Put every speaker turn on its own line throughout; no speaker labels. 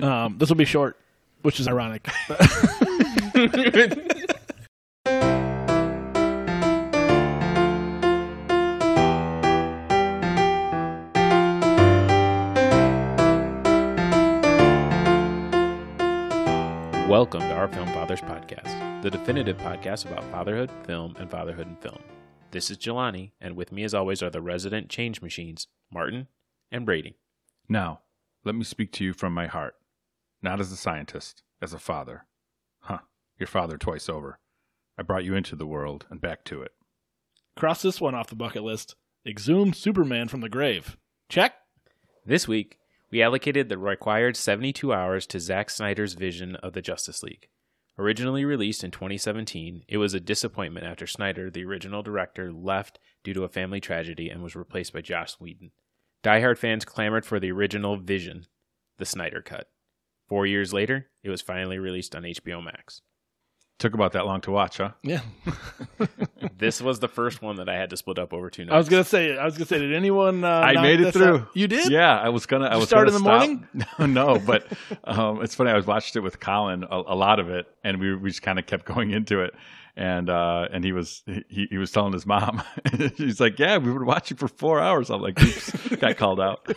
Um, this will be short, which is ironic.
Welcome to our Film Fathers podcast, the definitive podcast about fatherhood, film, and fatherhood in film. This is Jelani, and with me, as always, are the resident change machines, Martin and Brady.
Now, let me speak to you from my heart, not as a scientist, as a father. Huh, your father twice over. I brought you into the world and back to it.
Cross this one off the bucket list. Exhume Superman from the grave. Check.
This week, we allocated the required 72 hours to Zack Snyder's vision of the Justice League. Originally released in 2017, it was a disappointment after Snyder, the original director, left due to a family tragedy and was replaced by Joss Whedon. Diehard fans clamored for the original vision, the Snyder Cut. Four years later, it was finally released on HBO Max.
Took about that long to watch, huh?
Yeah.
This was the first one that I had to split up over two nights.
I was gonna say. I was gonna say. Did anyone? Uh,
I
knock
made it
this
through.
out? You did.
Yeah, I was gonna. I
You
was
start
gonna
in the
stop. No, no, but um, it's funny. I was watched it with Colin a, a lot of it, and we we just kind of kept going into it, and uh, and he was he, he was telling his mom, he's like, yeah, we were watching for four hours. I'm like, oops, got called out.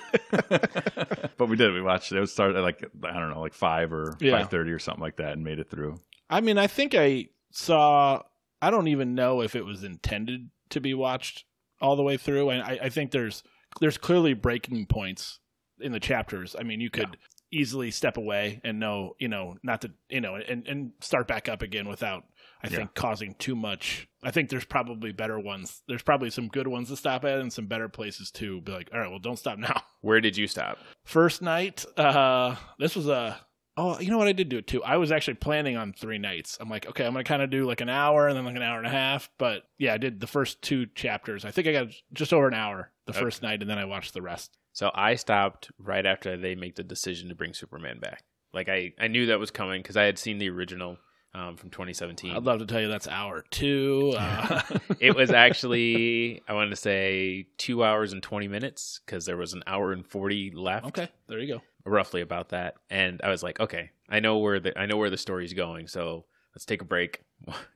but we did. We watched it. It started at like I don't know, like five or
Yeah.
five thirty or something like that, and made it through.
I mean, I think I saw. I don't even know if it was intended to be watched all the way through, and I, I think there's there's clearly breaking points in the chapters. I mean, you could easily step away and know, you know, not to, you know, and and start back up again without, I
Yeah.
think, causing too much. I think there's probably better ones. There's probably some good ones to stop at, and some better places to be like, all right, well, don't stop now
Where did you stop?
first night uh this was a oh you know what i did do it too i was actually planning on three nights i'm like okay i'm gonna kind of do like an hour and then like an hour and a half but yeah i did the first two chapters i think i got just over an hour the
Okay.
first night and then i watched the rest
So I stopped right after they make the decision to bring Superman back. Like I, I knew that was coming because I had seen the original um, from 2017.
i'd love to tell you that's hour two uh,
it was actually I want to say two hours and 20 minutes because there was an hour and 40 left,
okay there you go
roughly about that. And I was like, okay, I know where the I know where the story's going. So let's take a break,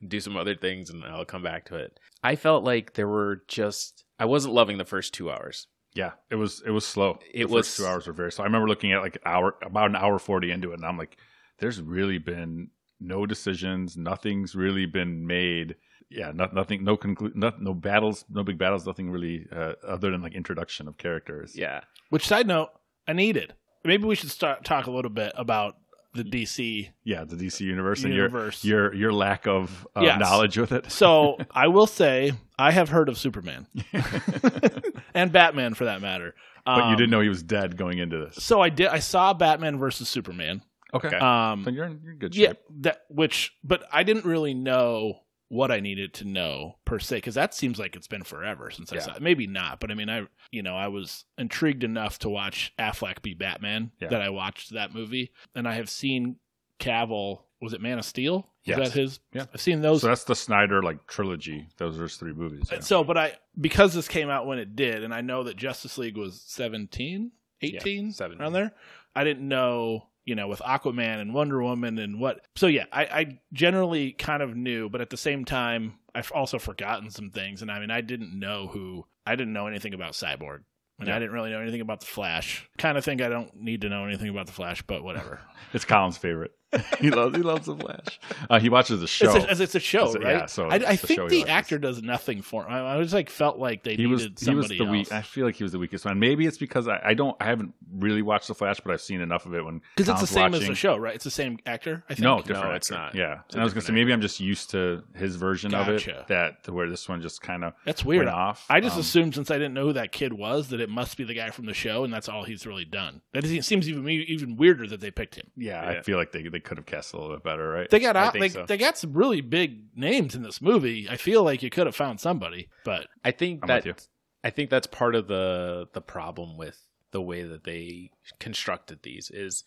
do some other things, and I'll come back to it. I felt like there were just I wasn't loving the first two hours.
Yeah, it was it was slow.
It
the first
was-
two hours were very slow. I remember looking at like an hour about an hour forty into it, and I'm like, there's really been no decisions, nothing's really been made. Yeah, not, nothing, no conclu- no, no battles, no big battles, nothing really uh, other than like introduction of characters.
Yeah,
which side note i needed maybe we should start talk a little bit about the dc
yeah, the DC universe,
Universe.
and your your your lack of uh,
Yes.
knowledge with it.
so i will say i have heard of superman and batman for that matter
but you
Um,
didn't know he was dead going into this.
So I did. I saw Batman versus Superman.
Okay,
Um,
so you're in, you're in good
yeah,
shape.
that which, but I didn't really know what I needed to know per se because that seems like it's been forever since I
Yeah.
saw it. Maybe not, but I mean, I you know I was intrigued enough to watch Affleck be Batman
Yeah.
that I watched that movie, and I have seen Cavill. Was it Man of Steel? Is
Yes.
that his?
Yeah.
I've seen those.
So that's the Snyder like trilogy. Those are three movies. yeah.
So, but I because this came out when it did, and I know that Justice League was 17, 18,
Yeah, 17.
around there. I didn't know, you know, with Aquaman and Wonder Woman and what. So yeah, I, I generally kind of knew, but at the same time, I've also forgotten some things. And I mean, I didn't know who, I didn't know anything about Cyborg. And I
Yeah.
didn't really know anything about the Flash. Kind of think I don't need to know anything about the Flash, but whatever.
It's Colin's favorite. he loves he loves the Flash. Uh, he watches the show.
It's a, it's- it's a show,
It's a-
right?
yeah, so
I,
it's
I
the
think
show he
the
watches.
actor does nothing for him. I, I just like felt like they
he was
needed
he was
somebody
the weak.
else.
I feel like he was the weakest one. Maybe it's because I, I don't I haven't really watched the Flash, but I've seen enough of it when
Because it's the
Tom's
same as
watching.
the show, right? It's the same actor. I think.
No, different.
No, it's
actor.
not.
Yeah,
It's a
and I was gonna
different
say maybe I'm just used to his version of
Gotcha.
it that to where this one just kind of
that's
went
weird.
off.
I just
Um,
assumed since I didn't know who that kid was that it must be the guy from the show, and that's all he's really done. That is- it seems even even weirder that they picked him.
yeah,
Yeah.
I feel like they they could have cast a little bit better, right?
They got
I
out.
think
They,
so.
they got some really big names in this movie. I feel like you could have found somebody, but
I think
I'm
that
with you.
I think that's part of the the problem with the way that they constructed these is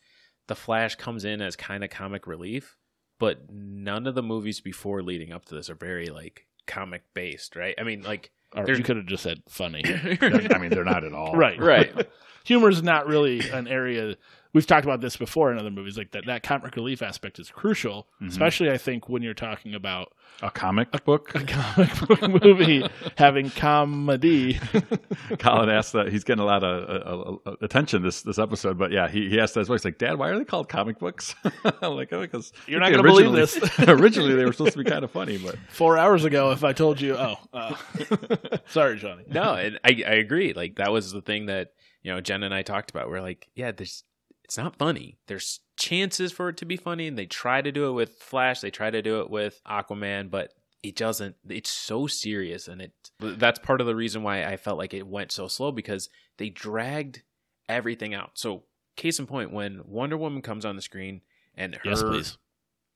the Flash comes in as kind of comic relief, but none of the movies before leading up to this are very like comic based, right? I mean, like
or
There's-
you could have just said funny.
They're- I mean, they're not at all
right,
right.
Humor's not really an area we've talked about this before in other movies. Like that that comic relief aspect is crucial,
Mhm.
especially I think when you're talking about
A comic book.
a comic book movie having comedy.
Colin asked that he's getting a lot of uh, uh, attention this this episode, but yeah, he, he asked that as well. He's like, "Dad, why are they called comic books?" I'm like, "Oh, because
You're not gonna believe this.
originally, they were supposed to be kind of funny, but
Four hours ago, if I told you, oh, uh, sorry, Johnny.
no, and I, I agree. Like that was the thing that you know Jen and I talked about. We're like, yeah, there's it's not funny. There's chances for it to be funny, and they try to do it with Flash. They try to do it with Aquaman, but it doesn't. It's so serious, and it that's part of the reason why I felt like it went so slow because they dragged everything out. So case in point, when Wonder Woman comes on the screen and her
Yes, please.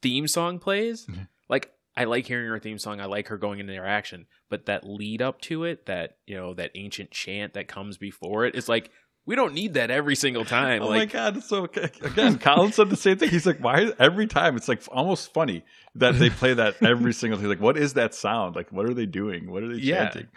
theme song plays.
Mhm.
Like I like hearing her theme song. I like her going into interaction, but that lead up to it, that you know, that ancient chant that comes before it, it's like we don't need that every single time.
oh my
like
god, it's so again. Colin said the same thing. He's like, "Why every time it's like almost funny that they play that every single thing? Like, what is that sound? Like, what are they doing? What are they
Yeah.
chanting?"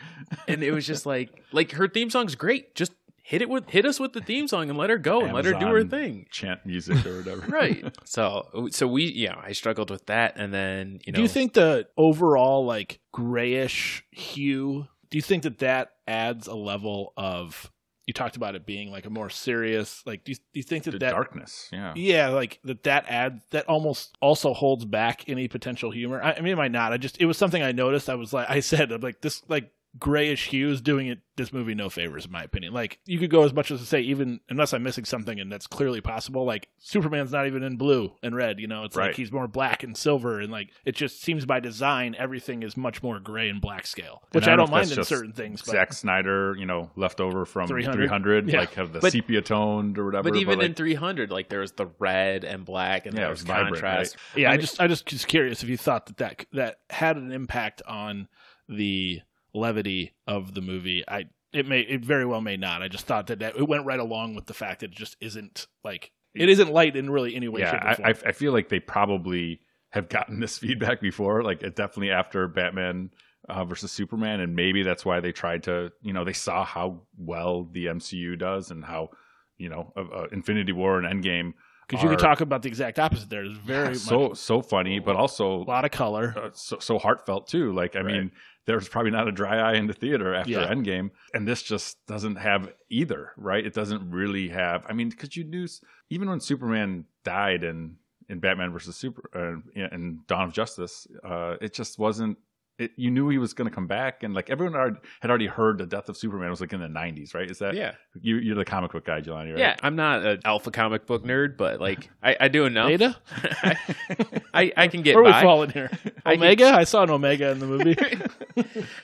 and it was just like like her theme song's great. Just hit it with hit us with the theme song and let her go and let her do her
Amazon.
thing.
Chant music or whatever,
Right. So so we yeah, I struggled with that and then you know
Do you think the overall like grayish hue? Do you think that that adds a level of? You talked about it being like a more serious. Like, do you, do you think that
the
that
darkness. Yeah,
yeah, like that that adds that almost also holds back any potential humor. I, I mean, it might not. I just it was something I noticed. I was like, I said, I'm like this like grayish hue is doing it this movie no favors in my opinion like you could go as much as to say even unless i'm missing something and that's clearly possible like superman's not even in blue and red you know it's
Right.
like he's more black and silver and like it just seems by design everything is much more gray and black scale which
I
i
don't
don't
know if
mind
that's
in
just
certain things but
Zack Snyder, you know, left over from 300,
300? Yeah.
like have the
But-
sepia toned or whatever.
but even
like,
in 300 like there was the red and black and
Yeah,
there
it
was,
was vibrant,
contrast
Yeah,
I
I,
mean-
just I just was curious if you thought that, that that had an impact on the levity of the movie. I it may it very well may not. I just thought that, that it went right along with the fact that it just isn't like it isn't light in really any way. shape, or
yeah,
form.
I, I I feel like they probably have gotten this feedback before, like it definitely after Batman uh, versus Superman, and maybe that's why they tried to, you know, they saw how well the MCU does and how, you know, uh, uh, Infinity War and Endgame
because you could
are-
talk about the exact opposite. There, there's very
so
much
so funny, but also
a lot of color.
uh, so, so heartfelt too. Like, I mean, there's probably not a dry eye in the theater after
Yeah.
Endgame, and this just doesn't have either, right? It doesn't really have. I mean, because you knew s- even when Superman died in in Batman versus Super uh, and Dawn of Justice, uh, it just wasn't. It, you knew he was going to come back, and like everyone already, had already heard the death of Superman It was like in the '90s, right? Is that
yeah
you, you're the comic book guy, Jelani? Right?
Yeah, I'm not an alpha comic book nerd, but like I, I do enough.
Data,
I, I I can get
where are we
by.
falling here?
I can-
Omega, I saw an Omega in the movie.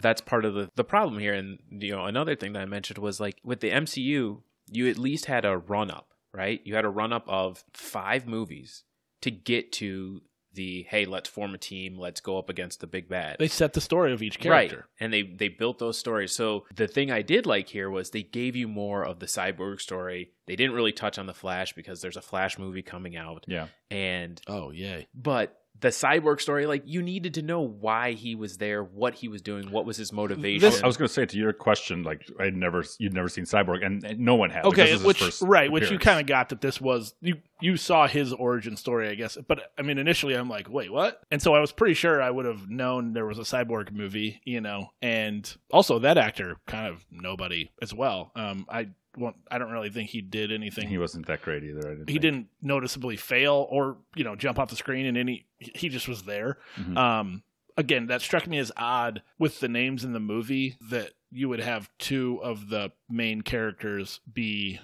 That's part of the the problem here, and you know another thing that I mentioned was like with the MCU, you at least had a run up, right? You had a run up of five movies to get to the hey, let's form a team, let's go up against the big bad.
they set the story of each character.
Right. And they they built those stories. So the thing I did like here was they gave you more of the cyborg story. They didn't really touch on the Flash because there's a Flash movie coming out.
Yeah.
And
Oh yay!
but the cyborg story, like you needed to know why he was there, what he was doing, what was his motivation.
This-
I was going to say to your question, like I'd never, you'd never seen Cyborg, and, and no one had. Like, this
okay
is his
which
first
right which you
appearance.
kind of got that this was you you saw his origin story i guess but i mean initially i'm like wait what and so i was pretty sure i would have known there was a cyborg movie you know and also that actor kind of nobody as well um i won't i don't really think he did anything
He wasn't that great either. I didn't
he
think.
didn't noticeably fail or you know jump off the screen in any he just was there
Mhm.
um again that struck me as odd with the names in the movie that you would have two of the main characters be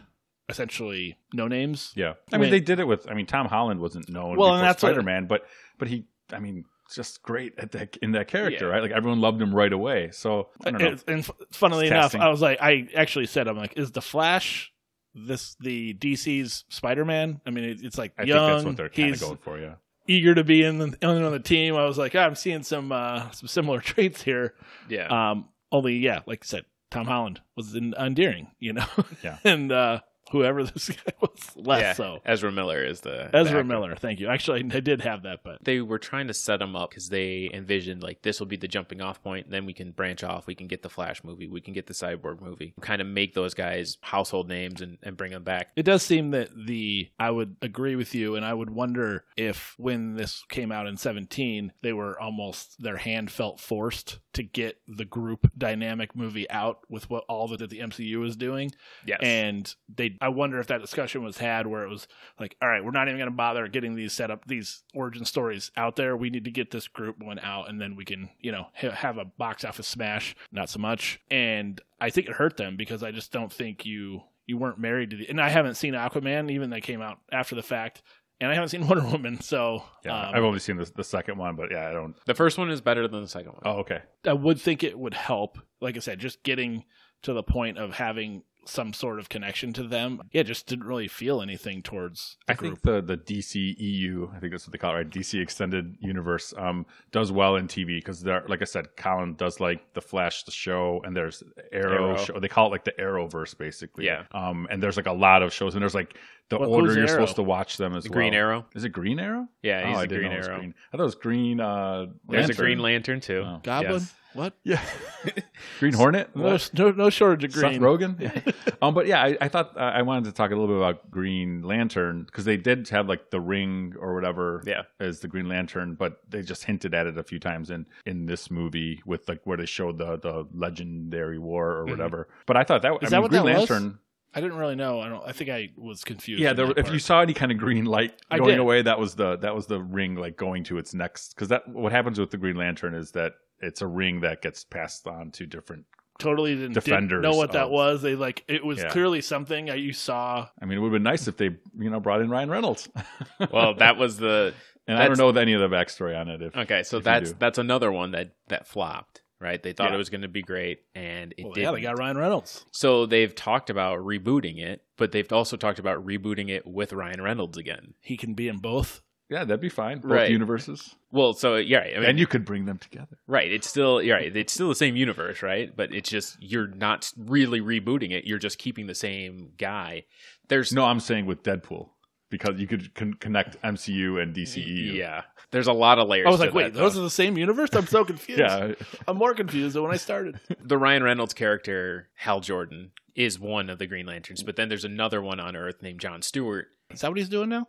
essentially no names
Yeah, I mean
When-
they did it with. I mean Tom Holland wasn't known
Well, and
before
that's what-
Spider Man, but but he, I mean, just great at that in that character,
Yeah.
right? Like everyone loved him right away. So I don't know.
and, and f- funnily
It's
enough
casting.
i was like i actually said i'm like is the flash this the dc's spider-man i mean it, it's like
I
young
think that's what they're kind of
he's
going for. Yeah,
eager to be in the, on the team i was like ah, i'm seeing some uh some similar traits here
yeah.
Um, only yeah, like I said, Tom Holland was in Endearing, you know.
Yeah.
and uh, whoever this guy was less so.
Ezra Miller is the the
Ezra
actor.
Miller, thank you. Actually, I did have that, but
They were trying to set him up because they envisioned like this will be the jumping off point. Then we can branch off. We can get the Flash movie. We can get the Cyborg movie. Kind of make those guys household names and, and bring them back.
it does seem that the I would agree with you, and I would wonder if when this came out in seventeen, they were almost their hand felt forced to get the group dynamic movie out with what all that the MCU was doing.
Yes.
And they, I wonder if that discussion was had where it was like, all right, we're not even going to bother getting these set up, these origin stories out there. We need to get this group one out, and then we can, you know, ha- have a box office smash. Not so much. And I think it hurt them because I just don't think you you weren't married to the. And I haven't seen Aquaman, even that came out after the fact, and I haven't seen Wonder Woman, so
Yeah,
um,
I've only seen the, the second one, but yeah, I don't.
the first one is better than the second one.
Oh, okay.
I would think it would help. Like I said, just getting to the point of having some sort of connection to them. Yeah, just didn't really feel anything towards the
I
group.
think the the DC EU, I think that's what they call it, right? DC Extended Universe, um, does well in TV because they're like I said, Colin does like the Flash, the show, and there's Arrow,
Arrow.
show. They call it like the Arrowverse, basically.
Yeah.
Um, and there's like a lot of shows, and there's like the
Well,
order
who's
you're
Arrow?
supposed to watch them as
The
well.
Green Arrow.
Is it Green Arrow?
Yeah, he's
oh, I
a
didn't
Green
know it was
Arrow.
Green. I thought it was Green. Uh,
There's
Lantern.
a Green Lantern too.
Oh.
Goblin?
Yes.
What?
Yeah. Green Hornet.
No, no, no shortage of
Seth
green.
Rogen. Yeah. um, but yeah, I, I thought uh, I wanted to talk a little bit about Green Lantern because they did have like the ring or whatever
Yeah.
as the Green Lantern, but they just hinted at it a few times in in this movie with like where they showed the the legendary war or
Mhm.
whatever. But I thought that I
Mm-hmm. Is that
mean,
what
Green
that was?
Lantern.
I didn't really know. I don't. I think I was confused.
Yeah,
in
there,
that
if you
part.
saw any kind of green light
I
going
did.
away, that was the that was the ring like going to its next because that what happens with the Green Lantern is that it's a ring that gets passed on to different.
totally didn't, didn't
Defenders
know what that
of-
was. They like it was
Yeah.
clearly something that you saw.
I mean, it would have been nice if they you know brought in Ryan Reynolds.
well, that was the
And I
That's-
don't know any of the backstory on it. If
okay. So
If you
that's
do.
that's another one that that flopped. Right? They thought
Yeah.
it was going to be great, and it
Well,
did.
yeah, they got Ryan Reynolds.
So they've talked about rebooting it, but they've also talked about rebooting it with Ryan Reynolds again.
He can be in both.
yeah, that'd be fine. Both
Right.
universes,
Well, so yeah, right. I mean,
and you could bring them together.
right. It's still you're right. It's still the same universe, right? But it's just you're not really rebooting it. You're just keeping the same guy. There's
No, I'm saying with Deadpool because you could con- connect MCU and E DCEU.
yeah. There's a lot of layers.
I was
to
like, wait,
that,
those
though.
are the same universe. I'm so confused.
yeah.
I'm more confused than when I started.
the Ryan Reynolds character Hal Jordan is one of the Green Lanterns, but then there's another one on Earth named John Stewart.
Is that what he's doing now?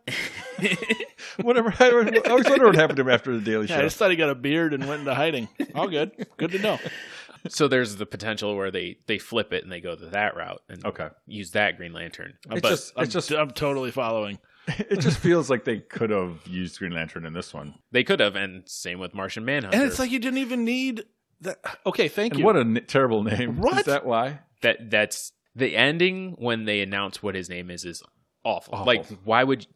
Whatever. I always wonder what happened to him after the Daily
Yeah, I
Show.
just thought he got a beard and went into hiding. All good. Good to know.
so there's the potential where they they flip it and they go to that route and
Okay,
use that Green Lantern.
Oh. it's
But
just
I'm,
it's just
I'm totally following.
it just feels like they could have used Green Lantern in this one.
They could have, and same with Martian Manhunter.
And it's like you didn't even need that. Okay, thank
And
you.
what a n- terrible name!
What?
is that? Why?
that that's the ending when they announce what his name is is awful.
Awful.
Like why would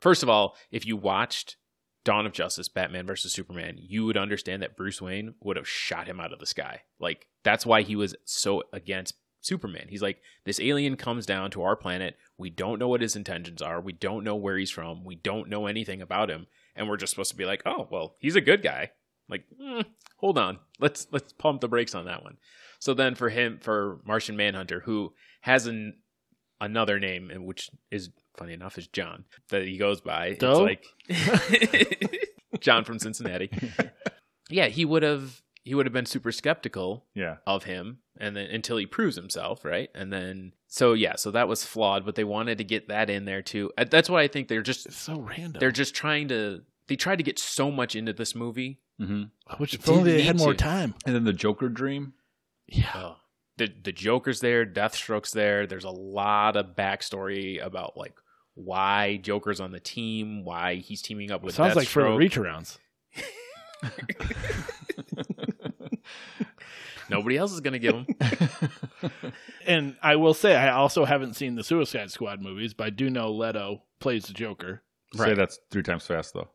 first of all, if you watched Dawn of Justice, Batman versus Superman, you would understand that Bruce Wayne would have shot him out of the sky. Like that's why he was so against Superman. He's like this alien comes down to our planet. We don't know what his intentions are. We don't know where he's from. We don't know anything about him, and we're just supposed to be like, "Oh, well, he's a good guy." Like, mm, hold on. Let's let's pump the brakes on that one. So then for him, for Martian Manhunter, who has an another name, and which is funny enough is John that he goes by.
Doe?
It's like John from Cincinnati. Yeah, he would have he would have been super skeptical
Yeah,
of him, and then until he proves himself, right? And then so yeah, so that was flawed, but they wanted to get that in there too. Uh, That's why I think they're just
It's so random.
they're just trying to they tried to get so much into this movie.
mm-hmm.
Which if
didn't
only they
need
had more
to.
time.
and then the Joker dream.
Yeah.
Oh. The the Joker's there, Deathstroke's there. There's a lot of backstory about like why Joker's on the team, why he's teaming up with
Sounds like for
Deathstroke.
reach arounds.
Nobody else is gonna give him.
And I will say, I also haven't seen the Suicide Squad movies, but I do know Leto plays the Joker.
Say
Right.
that's three times fast though.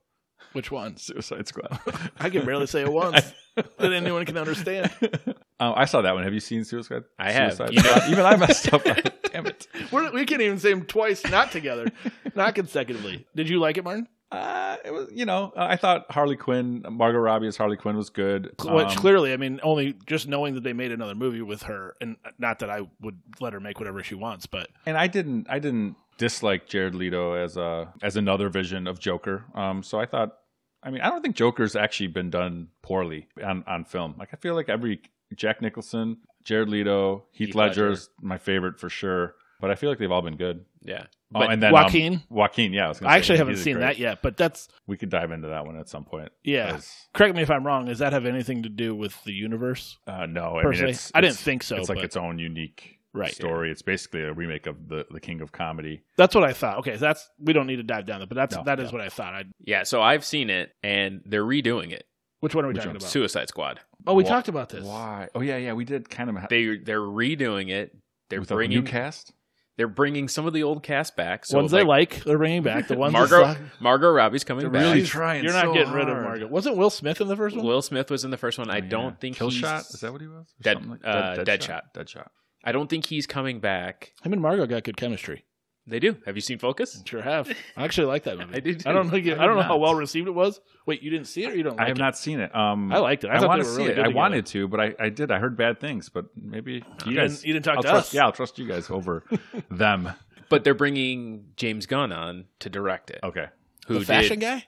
Which ones?
Suicide Squad.
I can barely say it once that anyone can understand.
Oh, I saw that one. Have you seen Suicide?
I have.
Suicide
You know-
Squad? Even I messed up. Damn it.
We're, we can't even say them twice, not together, not consecutively. Did you like it, Martin?
uh, it was you know I thought Harley Quinn, Margot Robbie as Harley Quinn was good.
Which
Um,
clearly, I mean, only just knowing that they made another movie with her, and not that I would let her make whatever she wants, but
and I didn't I didn't dislike Jared Leto as a as another vision of Joker. Um, so I thought, I mean, I don't think Joker's actually been done poorly on on film. Like I feel like every Jack Nicholson, Jared Leto, Heath,
Heath Ledger.
Ledger's my favorite for sure. But I feel like they've all been good.
Yeah.
Oh,
But
and then um,
Joaquin.
Joaquin, yeah, I, was gonna
I
say,
actually
he's
haven't
a
seen
great-
that yet. But that's
We could dive into that one at some point.
yeah.
'cause,
Correct me if I'm wrong. Does that have anything to do with the universe?
Uh, no, I mean,
Personally,
it's,
I didn't
it's-
think so.
It's like
but
its own unique
Right.
story. It's basically a remake of the the King of Comedy.
that's what I thought. Okay, so that's we don't need to dive down that, but that's
No,
that is
yeah.
what I thought. I,
Yeah. So I've seen it and they're redoing it.
which one are we
Which
talking
one?
about?
Suicide Squad.
Oh, we
Wha-
talked about this.
Why? Oh yeah, yeah, we did kind of.
They they're redoing it. They're
with a
bringing
new cast.
they're bringing some of the old cast back. So
ones
like,
they like, they're bringing back the ones. that
Margot
suck.
Margot Robbie's coming back.
really
trying.
you're not getting rid of Margot. Wasn't Will Smith in the first one?
Will Smith was in the first one.
Oh,
I don't think
Oh, Kill
he's,
shot. Is that what he was? Or
Dead-
something like-
uh,
shot. Dead shot.
I don't think he's coming back.
Him and Margot got good chemistry.
They do. Have you seen Focus?
Sure have. I actually like that movie.
I did
I don't
too.
think. It,
I
I don't know
did
how
not.
well received it was. Wait, you didn't see it or you don't? Like
I have
it?
not seen it. Um,
I liked it. I,
I,
thought
want
they
to
were
see
really
it.
good
I
together.
wanted to, but I, I did. I heard bad things, but maybe you,
You
guys.
didn't, you didn't talk
I'll
to
trust,
us.
Yeah, I'll trust you guys over them.
But they're bringing James Gunn on to direct it.
Okay.
Who
the fashion guy.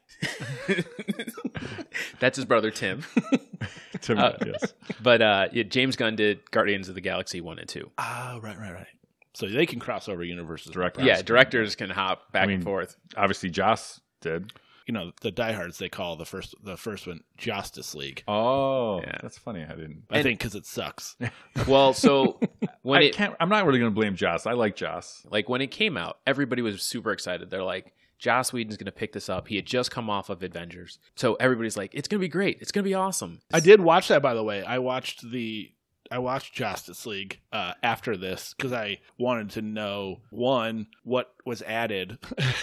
did? That's his brother Tim.
To me,
Uh,
yes.
But uh, yeah, James Gunn did Guardians of the Galaxy one and two.
Ah, right, right, right. So they can cross over universes.
Director.
yeah, directors can hop back
I mean-
and forth.
Obviously, Joss did.
You know the diehards they call the first the first one Justice League.
Oh,
Yeah.
that's funny. I didn't.
I
And-
think because it sucks.
Well, so when
I
it
can't. I'm not really going to blame Joss. I like Joss.
like when it came out, everybody was super excited. They're like, Joss Whedon's gonna pick this up. He had just come off of Avengers, so everybody's like, it's gonna be great. It's gonna be awesome.
I did watch that by the way. I watched the I watched Justice League uh, after this because I wanted to know one what was added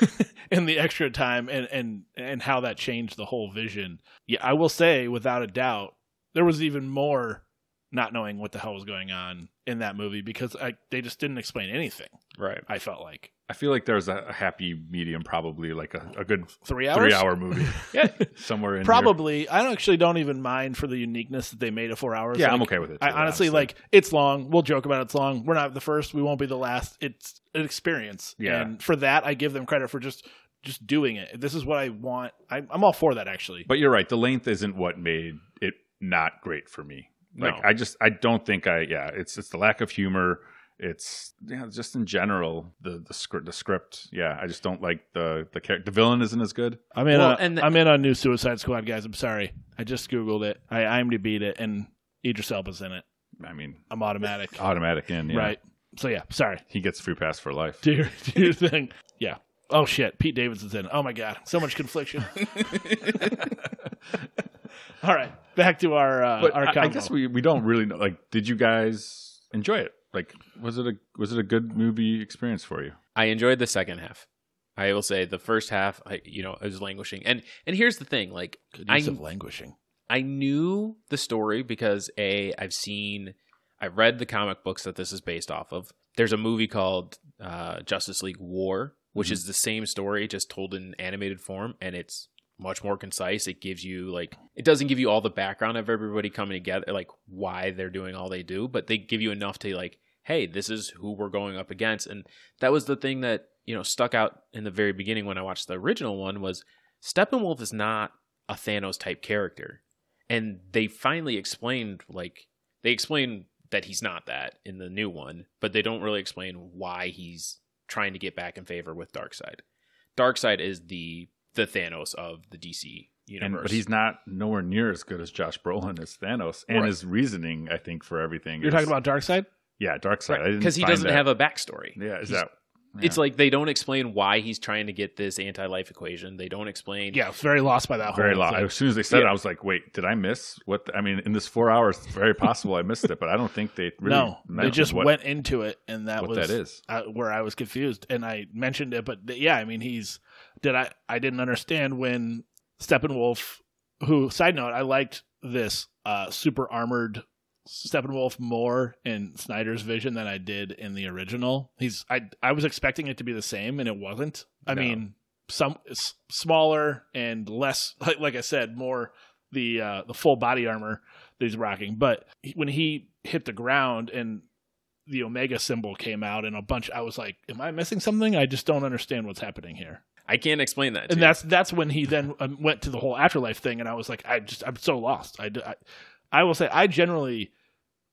in the extra time and and and how that changed the whole vision. Yeah, I will say without a doubt there was even more not knowing what the hell was going on in that movie because I, they just didn't explain anything.
Right.
I felt like
I feel like there's a a happy medium, probably like a, a good
three hours.
three hour movie
Yeah.
somewhere in there.
Probably. I don't- actually don't even mind for the uniqueness that they made it four hours.
Yeah,
Like,
I'm okay with it.
I
too,
honestly like it's long. We'll joke about it's long. We're not the first. We won't be the last. It's an experience.
Yeah.
And for that, I give them credit for just just doing it. This is what I want. I, I'm all for that actually.
But you're right. The length isn't what made it not great for me. Like
No.
I just I don't think I yeah. It's it's the lack of humor. It's yeah, just in general the the script the script. Yeah, I just don't like the the character. The villain isn't as good.
I'm in.
Well,
on-
and the-
I'm in on new Suicide Squad guys. I'm sorry. I just googled it. I IMDb'd it, and Idris Elba's in it.
I mean,
I'm automatic.
automatic in. Yeah.
Right. So yeah. Sorry.
He gets free pass for life.
Do your, do your thing. Yeah. Oh shit. Pete Davidson's in. it. Oh my god. So much confliction. all right. Back to our uh,
But
our.
I, I
combo.
guess we we don't really know. Like, did you guys enjoy it? Like, was it a was it a good movie experience for you?
I enjoyed the second half. I will say the first half, I, you know, I was languishing. And and here's the thing, like
Good
I-
use of languishing.
I knew the story because a I've seen, I've read the comic books that this is based off of. There's a movie called uh, Justice League War, which is the same story just told in animated form, and it's much more concise. It gives you like it doesn't give you all the background of everybody coming together, like why they're doing all they do, but they give you enough to like, hey, this is who we're going up against, and that was the thing that you know stuck out in the very beginning when I watched the original one was Steppenwolf is not a Thanos type character and they finally explained like they explain that he's not that in the new one but they don't really explain why he's trying to get back in favor with darkseid darkseid is the the thanos of the dc universe
And, but he's not nowhere near as good as Josh Brolin as Thanos, and
Right.
his reasoning, I think, for everything.
You're
is-
talking about Dark Side?
yeah, Dark Side.
because he doesn't have a backstory
yeah, is
he's-
that yeah.
it's like they don't explain why he's trying to get this anti-life equation they don't explain
Yeah, it's very lost by that whole
very long.
thing.
As soon as they said it,
Yeah.
I was like, wait, did I miss what? the- I mean, in this four hours, it's very possible I missed it, but I don't think they really
no, they
mentioned
just
what,
went into it, and that
what
was
that is.
Uh, where I was confused, and I mentioned it. But th- yeah, I mean, he's did I I didn't understand when Steppenwolf. Who side note, I liked this uh, super armored Steppenwolf more in Snyder's vision than I did in the original. He's I I was expecting it to be the same, and it wasn't. I
No.
mean, some s- smaller and less like like I said, more the uh, the full body armor that he's rocking. But he- when he hit the ground and the Omega symbol came out and a bunch, I was like, "Am I missing something? I just don't understand what's happening here."
I can't explain that. to
and
you.
that's that's when he then um, went to the whole afterlife thing and i was like i just i'm so lost i d- I- I will say i generally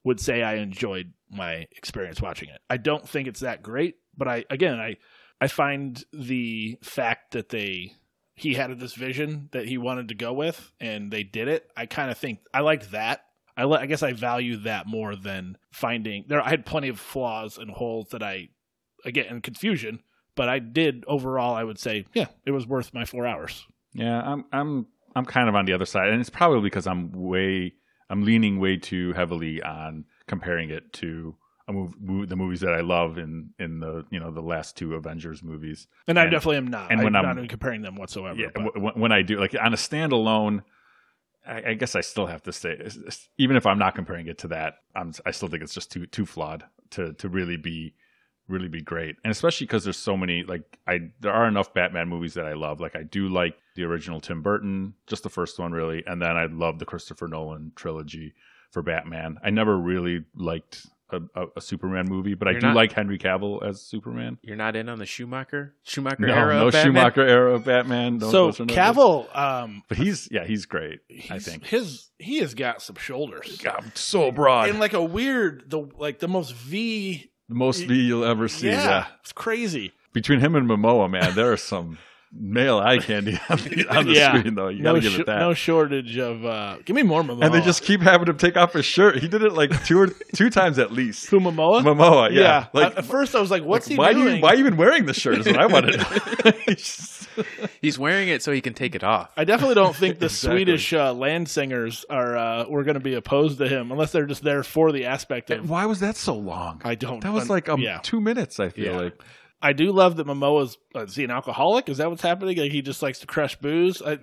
would say i enjoyed my experience watching it i don't think it's that great but i again i i find the fact that they he had this vision that he wanted to go with and they did it i kind of think i liked that I, li- I guess I value that more than finding there. I had plenty of flaws and holes that I, again, and confusion but I did overall. I would say, yeah, it was worth my four hours.
Yeah, I'm I'm I'm kind of on the other side, and it's probably because I'm way I'm leaning way too heavily on comparing it to a mov- mo- the movies that I love in in the you know the last two Avengers movies.
And, I
And-
definitely am not.
and
I'm
when
not
I'm-
even comparing them whatsoever.
Yeah,
but-
w- when I do like on a standalone, I, I guess I still have to say, even if I'm not comparing it to that, I'm I still think it's just too too flawed to to really be really be great, and especially because there's so many like I there are enough Batman movies that I love. Like I do like the original Tim Burton, just the first one really, and then I love the Christopher Nolan trilogy for Batman. I never really liked. A, a, a Superman movie, but I
You're
do
not-
like Henry Cavill as Superman.
You're not in on the Schumacher Schumacher
No,
era.
no
of Batman?
Schumacher era of Batman. No,
so
those are no good.
Cavill, um,
but he's yeah, he's great. I
he's-
think
his he has got some shoulders
I'm so broad.
and like a weird the like the most V.
the most V you'll ever see.
yeah,
Yeah.
it's crazy.
Between him and Momoa, man, there are some male eye candy on the, on the
Yeah.
screen though. You
No,
gotta give
sh-
it that.
no shortage of. uh Give me more Momoa.
and they just keep having him take off his shirt. He did it like two or two times at least.
Who, Momoa?
Momoa, yeah. Like
at, at first, I was like, "What's he
why
doing?"
do you why even wearing the shirt is what I wanted.
He's wearing it so he can take it off.
I definitely don't think the
Exactly.
Swedish uh, land singers are uh, were going to be opposed to him unless they're just there for the aspect of.
why was that so long?
I don't.
that was like um,
yeah.
two minutes. I feel
Yeah.
like
I do love that Momoa's uh, is he an alcoholic? Is that what's happening? Like he just likes to crush booze. I,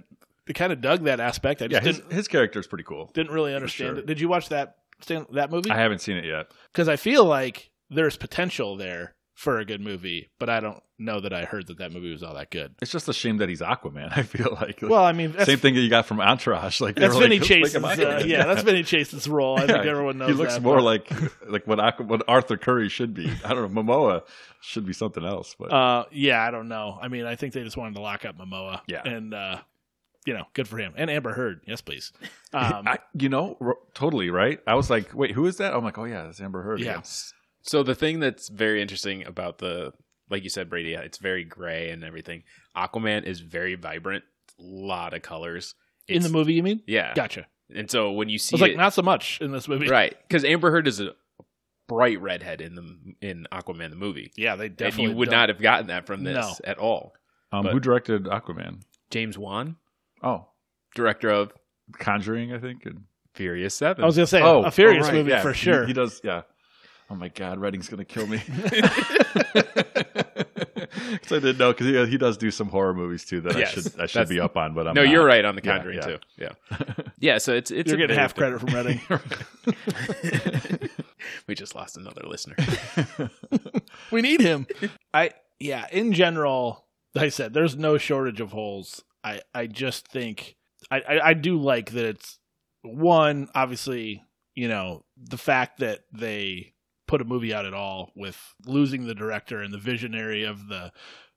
I kind of dug that aspect. I
yeah,
just
his,
didn't
his character is pretty cool.
didn't really understand
sure.
it. Did you watch that Stan- that movie?
I haven't seen it yet.
Because I feel like there's potential there for a good movie, but I don't know that I heard that that movie was all that good.
It's just a shame that he's Aquaman. I feel like
Well, I mean, that's,
same thing that you got from Entourage. Like they
That's
were like,
Vinny
"Let's make
Chase's.
him
Uh,
Aquaman."
yeah, that's Vinny Chase's role. I think
Yeah,
everyone knows.
He looks
that,
more
but-
like like what Aqu- what Arthur Curry should be. I don't know. Momoa should be something else, but
Uh, yeah, I don't know. I mean, I think they just wanted to lock up Momoa.
Yeah.
and uh, you know, good for him and Amber Heard. Yes, please. Um,
I, you know, r- totally right. I was like, wait, who is that? I'm like, oh yeah, that's Amber Heard.
Yeah.
again.
So the thing that's very interesting about the, like you said, Brady, it's very gray and everything. Aquaman is very vibrant, lot of colors it's,
in the movie, you mean?
Yeah,
Gotcha.
and so when you see
I was like,
it,
not so much in this movie.
right? Because Amber Heard is a bright redhead in the in Aquaman the movie,
Yeah, they definitely.
and you would
don't-
not have gotten that from this
No.
at all.
Um,
But-
who directed Aquaman?
James Wan,
Oh,
director of
Conjuring, I think. And
Furious Seven.
I was gonna say
oh,
a Furious
oh, right,
movie
yeah.
for
He-
sure.
He, does. Yeah. Oh my God, Redding's gonna kill me. Because I didn't know. Because he, he does do some horror movies too that
Yes,
I should I
that's-
should be up on. But I'm
no,
not.
you're right on the
Yeah,
Conjuring
yeah.
too. Yeah, yeah. So it's it's
You're
a
getting
big
half
thing.
credit from Redding.
we just lost another listener.
we need him. I yeah. In general, like I said there's no shortage of holes. I I just think I I, I do like that it's one obviously you know the fact that they put a movie out at all with losing the director and the visionary of the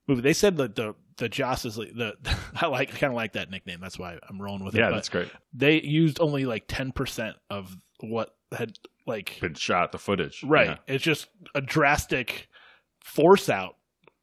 movie. They said that the the Justice League the I like kind of like that nickname. That's why I'm rolling with it.
Yeah,
but-
that's great.
they used only like 10% of what had like
Been shot the footage.
right
Yeah.
it's just a drastic force out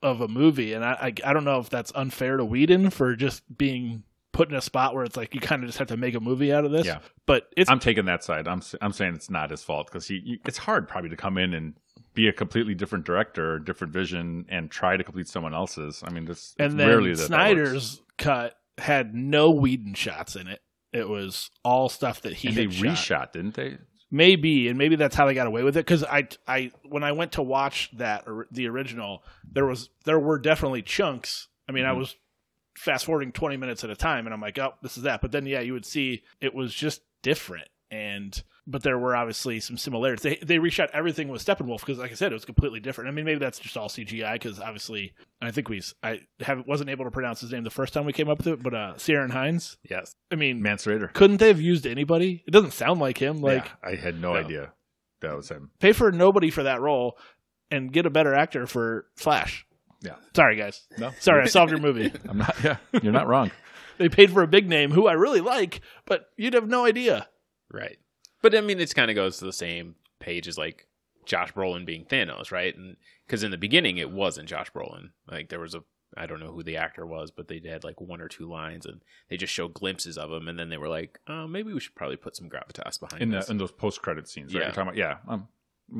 of a movie and I, I i don't know if that's unfair to Whedon for just being put in a spot where it's like you kind of just have to make a movie out of this
Yeah.
but it's
I'm taking that side. I'm s- I'm saying it's not his fault because he, you- it's hard probably to come in and be a completely different director, different vision, and try to complete someone else's. I mean, this it's
and then
rarely that that works.
snyder's cut had no Whedon shots in it it was all stuff that he
and they
had shot.
reshot, didn't they?
Maybe, and maybe that's how they got away with it. Because I, I, when I went to watch that or the original, there was there were definitely chunks. I mean, I
Mhm.
was fast forwarding twenty minutes at a time, and I'm like, oh, this is that. But then, yeah, you would see it was just different, and but there were obviously some similarities. They they reshot everything with Steppenwolf because, like I said, it was completely different. I mean, maybe that's just all CGI because obviously I think we s- I have wasn't able to pronounce his name the first time we came up with it, but uh, Ciaran Hines.
Yes.
I mean,
Mansurator.
couldn't they have used anybody? It doesn't sound like him. Like
yeah, I had no,
no.
idea that was him.
pay for nobody for that role and get a better actor for Flash.
Yeah.
Sorry, guys.
No,
Sorry, I solved your movie.
I'm not. Yeah, you're not wrong.
They paid for a big name who I really like, but you'd have no idea.
Right. But I mean, it's kind of goes to the same page as like Josh Brolin being Thanos, right? And because in the beginning it wasn't Josh Brolin. Like there was a I don't know who the actor was, but they had like one or two lines, and they just show glimpses of him, and then they were like, oh, maybe we should probably put some gravitas behind
In the,
this.
in those post credit scenes, right?
Yeah.
You're talking about. Yeah, I'm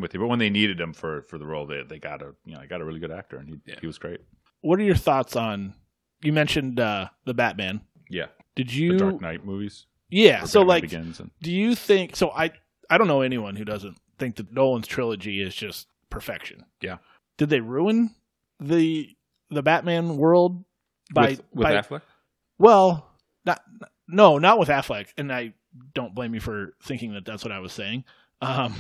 with you. But when they needed him for for the role, they they got a you know they got a really good actor, and he
Yeah.
he was great.
What are your thoughts on? You mentioned uh, the Batman.
Yeah,
Did
the
you?
Dark Knight movies.
yeah.
where
So
Batman
like,
begins and
do you think? So I I don't know anyone who doesn't think that Nolan's trilogy is just perfection.
Yeah.
Did they ruin the the Batman world by
with, with
by
Affleck.
Well, not no, not with Affleck, and I don't blame you for thinking that that's what I was saying. Um,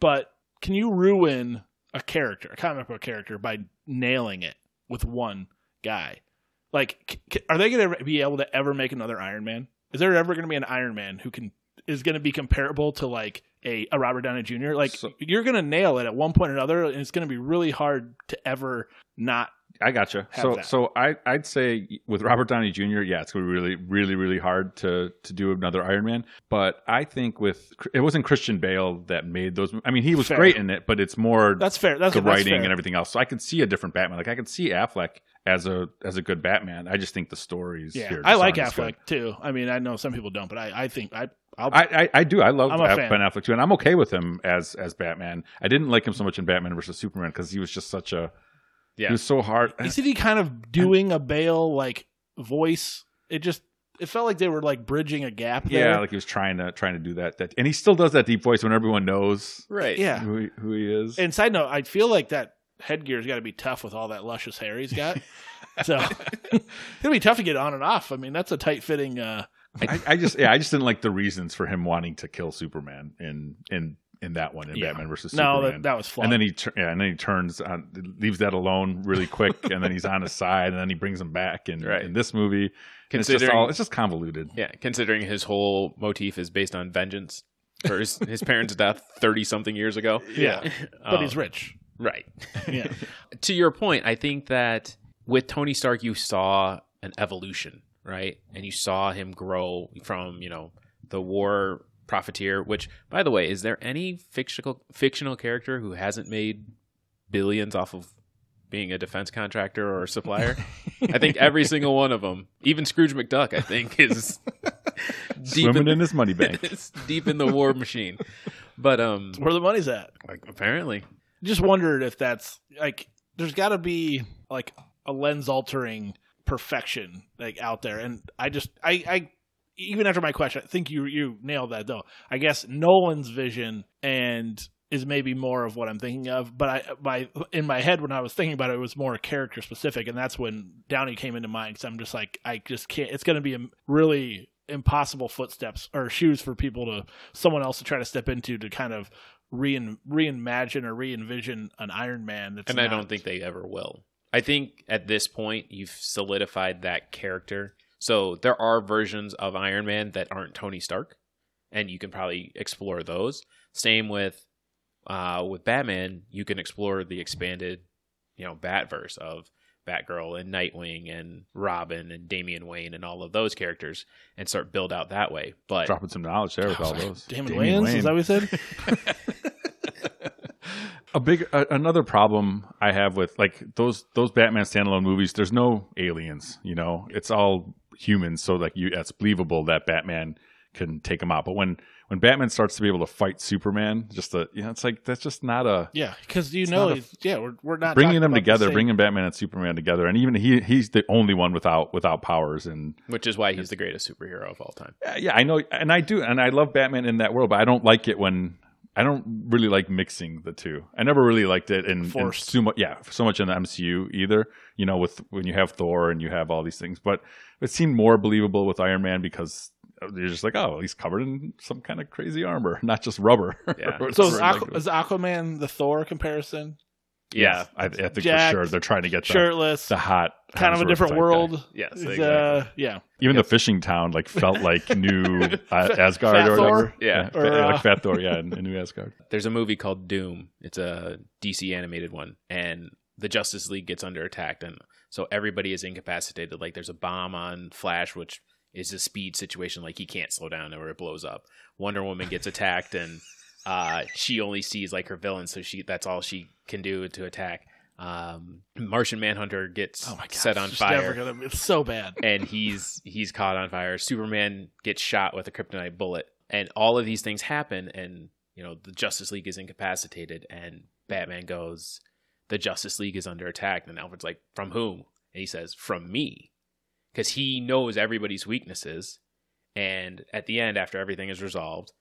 but can you ruin a character, a comic book character, by nailing it with one guy? Like, c- c- are they going to be able to ever make another Iron Man? Is there ever going to be an Iron Man who can is going to be comparable to like a, a Robert Downey Jr.? Like,
So-
you're going to nail it at one point or another, and it's going to be really hard to ever not.
I gotcha.
have
So
that.
so I I'd say with Robert Downey Jr. Yeah, it's gonna be really really really hard to to do another Iron Man. But I think with it wasn't Christian Bale that made those. I mean, he was
Fair.
great in it, but it's more
That's fair. That's
the
that's
writing
fair.
and everything else. So I could see a different Batman. Like I could see Affleck as a as a good Batman. I just think the stories.
Yeah,
here
I
just
like
aren't as good.
Affleck too. I mean, I know some people don't, but I, I think I, I'll,
I, I, I do. I love
I'm a
Aff-
fan.
Ben Affleck too, and I'm okay with him as as Batman. I didn't like him so much in Batman versus Superman because he was just such a
Yeah.
he was so hard.
isn't he kind of doing a Bale like voice? It just it felt like they were like bridging a gap. There.
Yeah, like he was trying to trying to do that. That and he still does that deep voice when everyone knows
right.
yeah.
who he, who he is.
And side note, I feel like that headgear's got to be tough with all that luscious hair he's got. so it'll be tough to get on and off. I mean, that's a tight fitting. uh
I, I just yeah, I just didn't like the reasons for him wanting to kill Superman in in in that one in
Yeah.
Batman versus
No,
Superman.
that, that was flawed.
and then he tur- yeah, and then he turns on leaves that alone really quick, and then he's on his side, and then he brings him back in,
Right.
in this movie. And it's just
Considering-
all it's just convoluted.
Yeah, considering his whole motif is based on vengeance for his, his parents' death 30 something years ago.
yeah, but he's
Um,
oh.
rich.
Right.
Yeah,
to your point, I think that with Tony Stark, you saw an evolution, right? And you saw him grow from, you know, the war profiteer, which, by the way, is there any fictional, fictional character who hasn't made billions off of being a defense contractor or a supplier? I think every single one of them, even Scrooge McDuck, I think, is deep
Swimming
in,
in his money bank.
it's deep in the war machine. But um,
where the money's at.
like, apparently,
just wondered if that's like there's got to be like a lens altering perfection like out there and i just i i even after my question i think you you nailed that though i guess nolan's vision and is maybe more of what i'm thinking of but i my in my head when i was thinking about it, it was more character specific and that's when downey came into mind because i'm just like i just can't it's going to be a really impossible footsteps or shoes for people to someone else to try to step into to kind of rein, reimagine or re-envision an Iron Man. That's
and I
not-
don't think they ever will. I think at this point you've solidified that character. So there are versions of Iron Man that aren't Tony Stark, and you can probably explore those. Same with uh, with Batman, you can explore the expanded, you know, Batverse of Batgirl and Nightwing and Robin and Damian Wayne and all of those characters, and start build out that way. But
Dropping some knowledge there with all those.
Damon, Wayans, is that what you said?
a big a, another problem I have with like those those Batman standalone movies. There's no aliens, you know. It's all humans, so like you, that's believable that Batman can take them out. But when when Batman starts to be able to fight Superman, just the you know, it's like that's just not a
yeah, because you
It's
know,
not a-
it's- yeah, we're, we're not
bringing
talking
them
about the
together,
same-
bringing Batman and Superman together, and even he he's the only one without without powers and
which is why he's the greatest superhero of all time.
Uh, yeah, I know, and I do, and I love Batman in that world, but I don't like it when I don't really like mixing the two. I never really liked it in, in
Forced.
so much, yeah, so much in the MCU either. You know, with when you have Thor and you have all these things, but it seemed more believable with Iron Man because you're just like, oh, he's covered in some kind of crazy armor, not just rubber.
Yeah.
Or
So is,
whatever,
Aqu-
like-
is Aquaman the Thor comparison?
yeah, I, I think
Jacked,
for sure they're trying to get the,
Shirtless,
the hot,
kind of a
Hemsworth
different
type guy.
world.
Yes,
Is,
exactly.
uh, yeah.
Even the fishing town like felt like new uh, Asgard
Fat
or
Thor?
whatever.
Yeah.
fa-
Or, uh,
like Fat Thor, yeah, in, in New Asgard.
There's a movie called Doom. It's a DC animated one, and the Justice League gets under attack, and so everybody is incapacitated. Like there's a bomb on Flash, which is a speed situation. Like he can't slow down, or it blows up. Wonder Woman gets attacked, and uh, she only sees like her villain, so she that's all she can do to attack. Um, Martian Manhunter gets
Oh my god.
set on
it's just
fire
never gonna- it's so bad.
and he's he's caught on fire. Superman gets shot with a kryptonite bullet, and all of these things happen. And you know the Justice League is incapacitated, and Batman goes, "The Justice League is under attack." And Alfred's like, "From whom?" And he says, "From me," because he knows everybody's weaknesses. And at the end, after everything is resolved,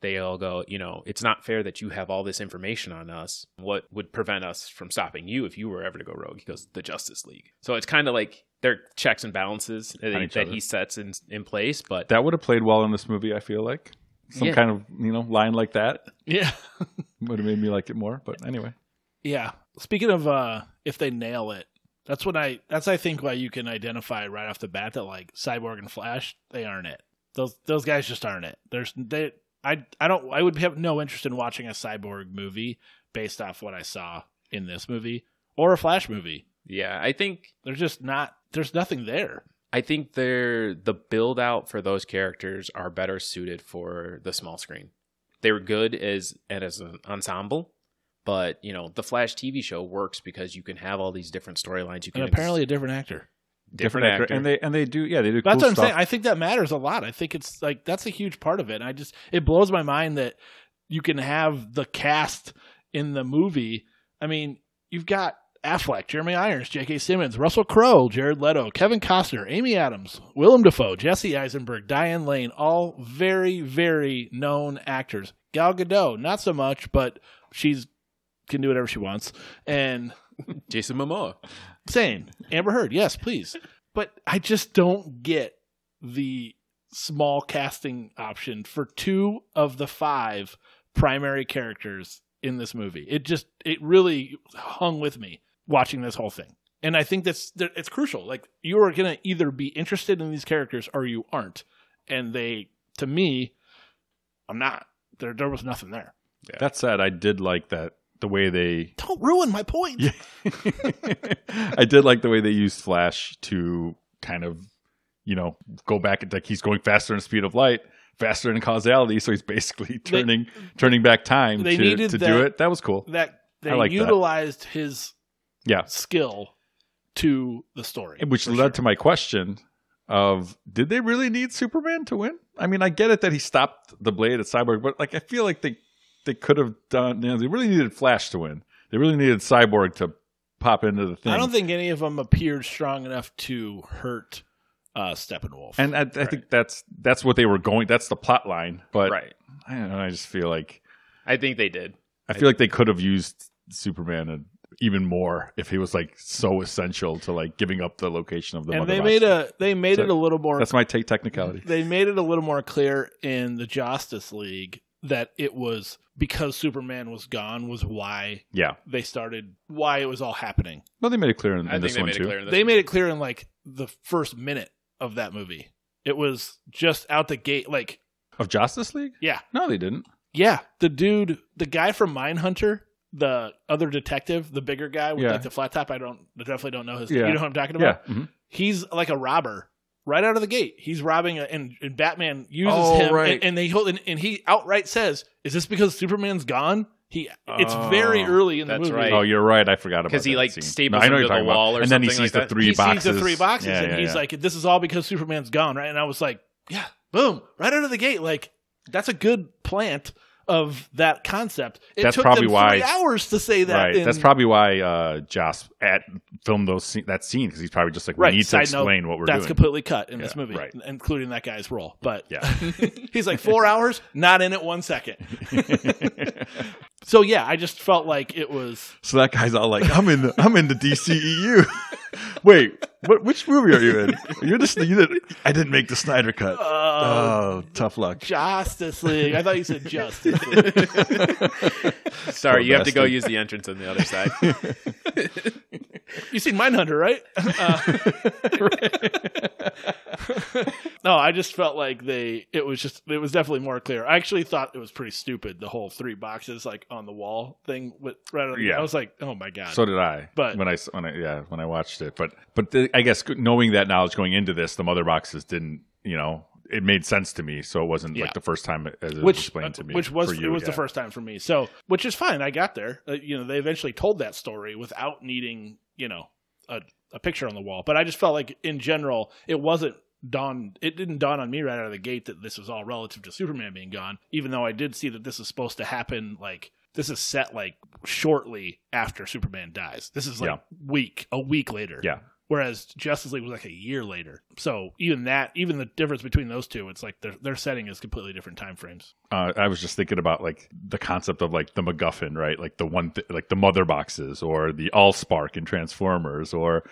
they all go, you know, it's not fair that you have all this information on us. What would prevent us from stopping you if you were ever to go rogue? He goes, the Justice League. So it's kind of like their checks and balances
On
that,
each
that
other.
he sets in, in place. But
That would have played well in this movie, I feel like. Some
Yeah.
kind of, you know, line like that
Yeah.
would have made me like it more. But anyway.
Yeah. Speaking of uh if they nail it, that's when I that's I think why you can identify right off the bat that like Cyborg and Flash, they aren't it. Those those guys just aren't it. There's they I I don't I would have no interest in watching a Cyborg movie based off what I saw in this movie or a Flash movie.
yeah, I think
There's just not there's nothing there.
I think they're the build out for those characters are better suited for the small screen. They were good as and as an ensemble, but you know the Flash TV show works because you can have all these different storylines. You can
And
ex-
apparently a different actor.
different, actor,
and they and they do yeah they do
That's
cool
what I'm
stuff.
saying. I think that matters a lot. I think it's like that's a huge part of it. And I just it blows my mind that you can have the cast in the movie. I mean, you've got Affleck, Jeremy Irons, J.K. Simmons, Russell Crowe, Jared Leto, Kevin Costner, Amy Adams, Willem Dafoe, Jesse Eisenberg, Diane Lane, all very very known actors. Gal Gadot, not so much, but she's can do whatever she wants. And
Jason Momoa.
same. Amber Heard, yes, please. But I just don't get the small casting option for two of the five primary characters in this movie. It just it really hung with me watching this whole thing. And I think that's that it's crucial. Like you are going to either be interested in these characters or you aren't. And they to me I'm not. There there was nothing there.
that said, I did like that the way they
Don't ruin my point.
Yeah. I did like the way they used Flash to kind of, you know, go back at like he's going faster than the speed of light, faster than causality, so he's basically turning turning back time
they
to,
needed
to
that-
do it. That was cool.
That they
I like that.
utilized his
Yeah.
skill to the story.
Which
for
led
sure.
to my question of did they really need Superman to win? I mean, I get it that he stopped the blade at Cyborg, but like I feel like they they could have done you know, they really needed Flash to win. They really needed Cyborg to pop into the thing.
I don't think any of them appeared strong enough to hurt uh, Steppenwolf.
and I, I think that's that's what they were going. That's the plot line. But
right.
I don't know. I just feel like
I think they did.
I feel like they could have used Superman and even more if he was like so essential to like giving up the location of the.
And
mother
they
box.
made a they made
So-
it a Mm-hmm. little more
That's my take technicality.
they made it a little more clear in the Justice League that it was because Superman was gone was why
Yeah.
they started why it was all happening.
No, they made it clear in, in
I think
this
they
one
made it
too.
clear. In this
they
one.
made it clear in like the first minute of that movie. It was just out the gate like
Of Justice League?
Yeah.
No, they didn't.
Yeah, the dude, the guy from Mindhunter, the other detective, the bigger guy with
Yeah.
like the flat top. I don't, I definitely don't know his.
Yeah.
You know what I'm talking
Yeah.
about?
Mhm.
He's like a robber right out of the gate. He's robbing, a, and, and Batman uses
Oh,
him,
right.
and, and they hold, and, and he outright says, "Is this because Superman's gone?" He. It's
Oh,
very early in the
that's
movie.
right.
Oh, you're right. I forgot about
'Cause he,
that
like,
scene.
staples
No, I know
him to
you're
the
talking about.
wall or
and then he
something
sees
like that.
the three
he
boxes.
sees the three boxes,
Yeah,
and
yeah,
he's
yeah.
like, "This is all because Superman's gone, right?" And I was like, "Yeah, boom, right out of the gate, like that's a good plant of that concept." It
That's
took
probably
them
why-
three hours to say that.
right.
in-
That's probably why uh, Joss at filmed those scene, that scene because he's probably just like
Right,
we need to
side note,
explain what we're
that's
doing.
completely cut in this
Yeah,
movie,
right.
including that guy's role. But
Yeah.
he's like four hours, not in it one second. So yeah, I just felt like it was
so that guy's all like, "I'm in, the, I'm in the DCEU." E Wait, what, which movie are you in? You're just you did, I didn't make the Snyder cut.
Oh,
Oh, tough luck.
Justice League. I thought you said Justice League.
Sorry,
Poor
you have to go
bastard.
use the entrance on the other side.
you seen Mindhunter, right? Uh, no, I just felt like they. It was just. It was definitely more clear. I actually thought it was pretty stupid. The whole three boxes like on the wall thing. With right. On,
Yeah.
I was like, oh my god.
So did I.
But-
when I s- when I yeah when I watched it, but but the, I guess knowing that knowledge going into this, the mother boxes didn't. You know, it made sense to me, so it wasn't
Yeah.
like the first time as it was
which
explained to me.
which was
for you,
it was
yeah.
the first time for me. So which is fine. I got there. Uh, you know, they eventually told that story without needing you know a a picture on the wall. But I just felt like in general it wasn't dawned it didn't dawn on me right out of the gate that this was all relative to Superman being gone. Even though I did see that this is supposed to happen like. This is set like shortly after Superman dies. This is like week, a week later.
Yeah.
Whereas Justice League was like a year later. So even that, even the difference between those two, it's like their their setting is completely different time frames.
uh, I was just thinking about like the concept of like the MacGuffin, right? Like the one, th- like the mother boxes, or the AllSpark in Transformers, or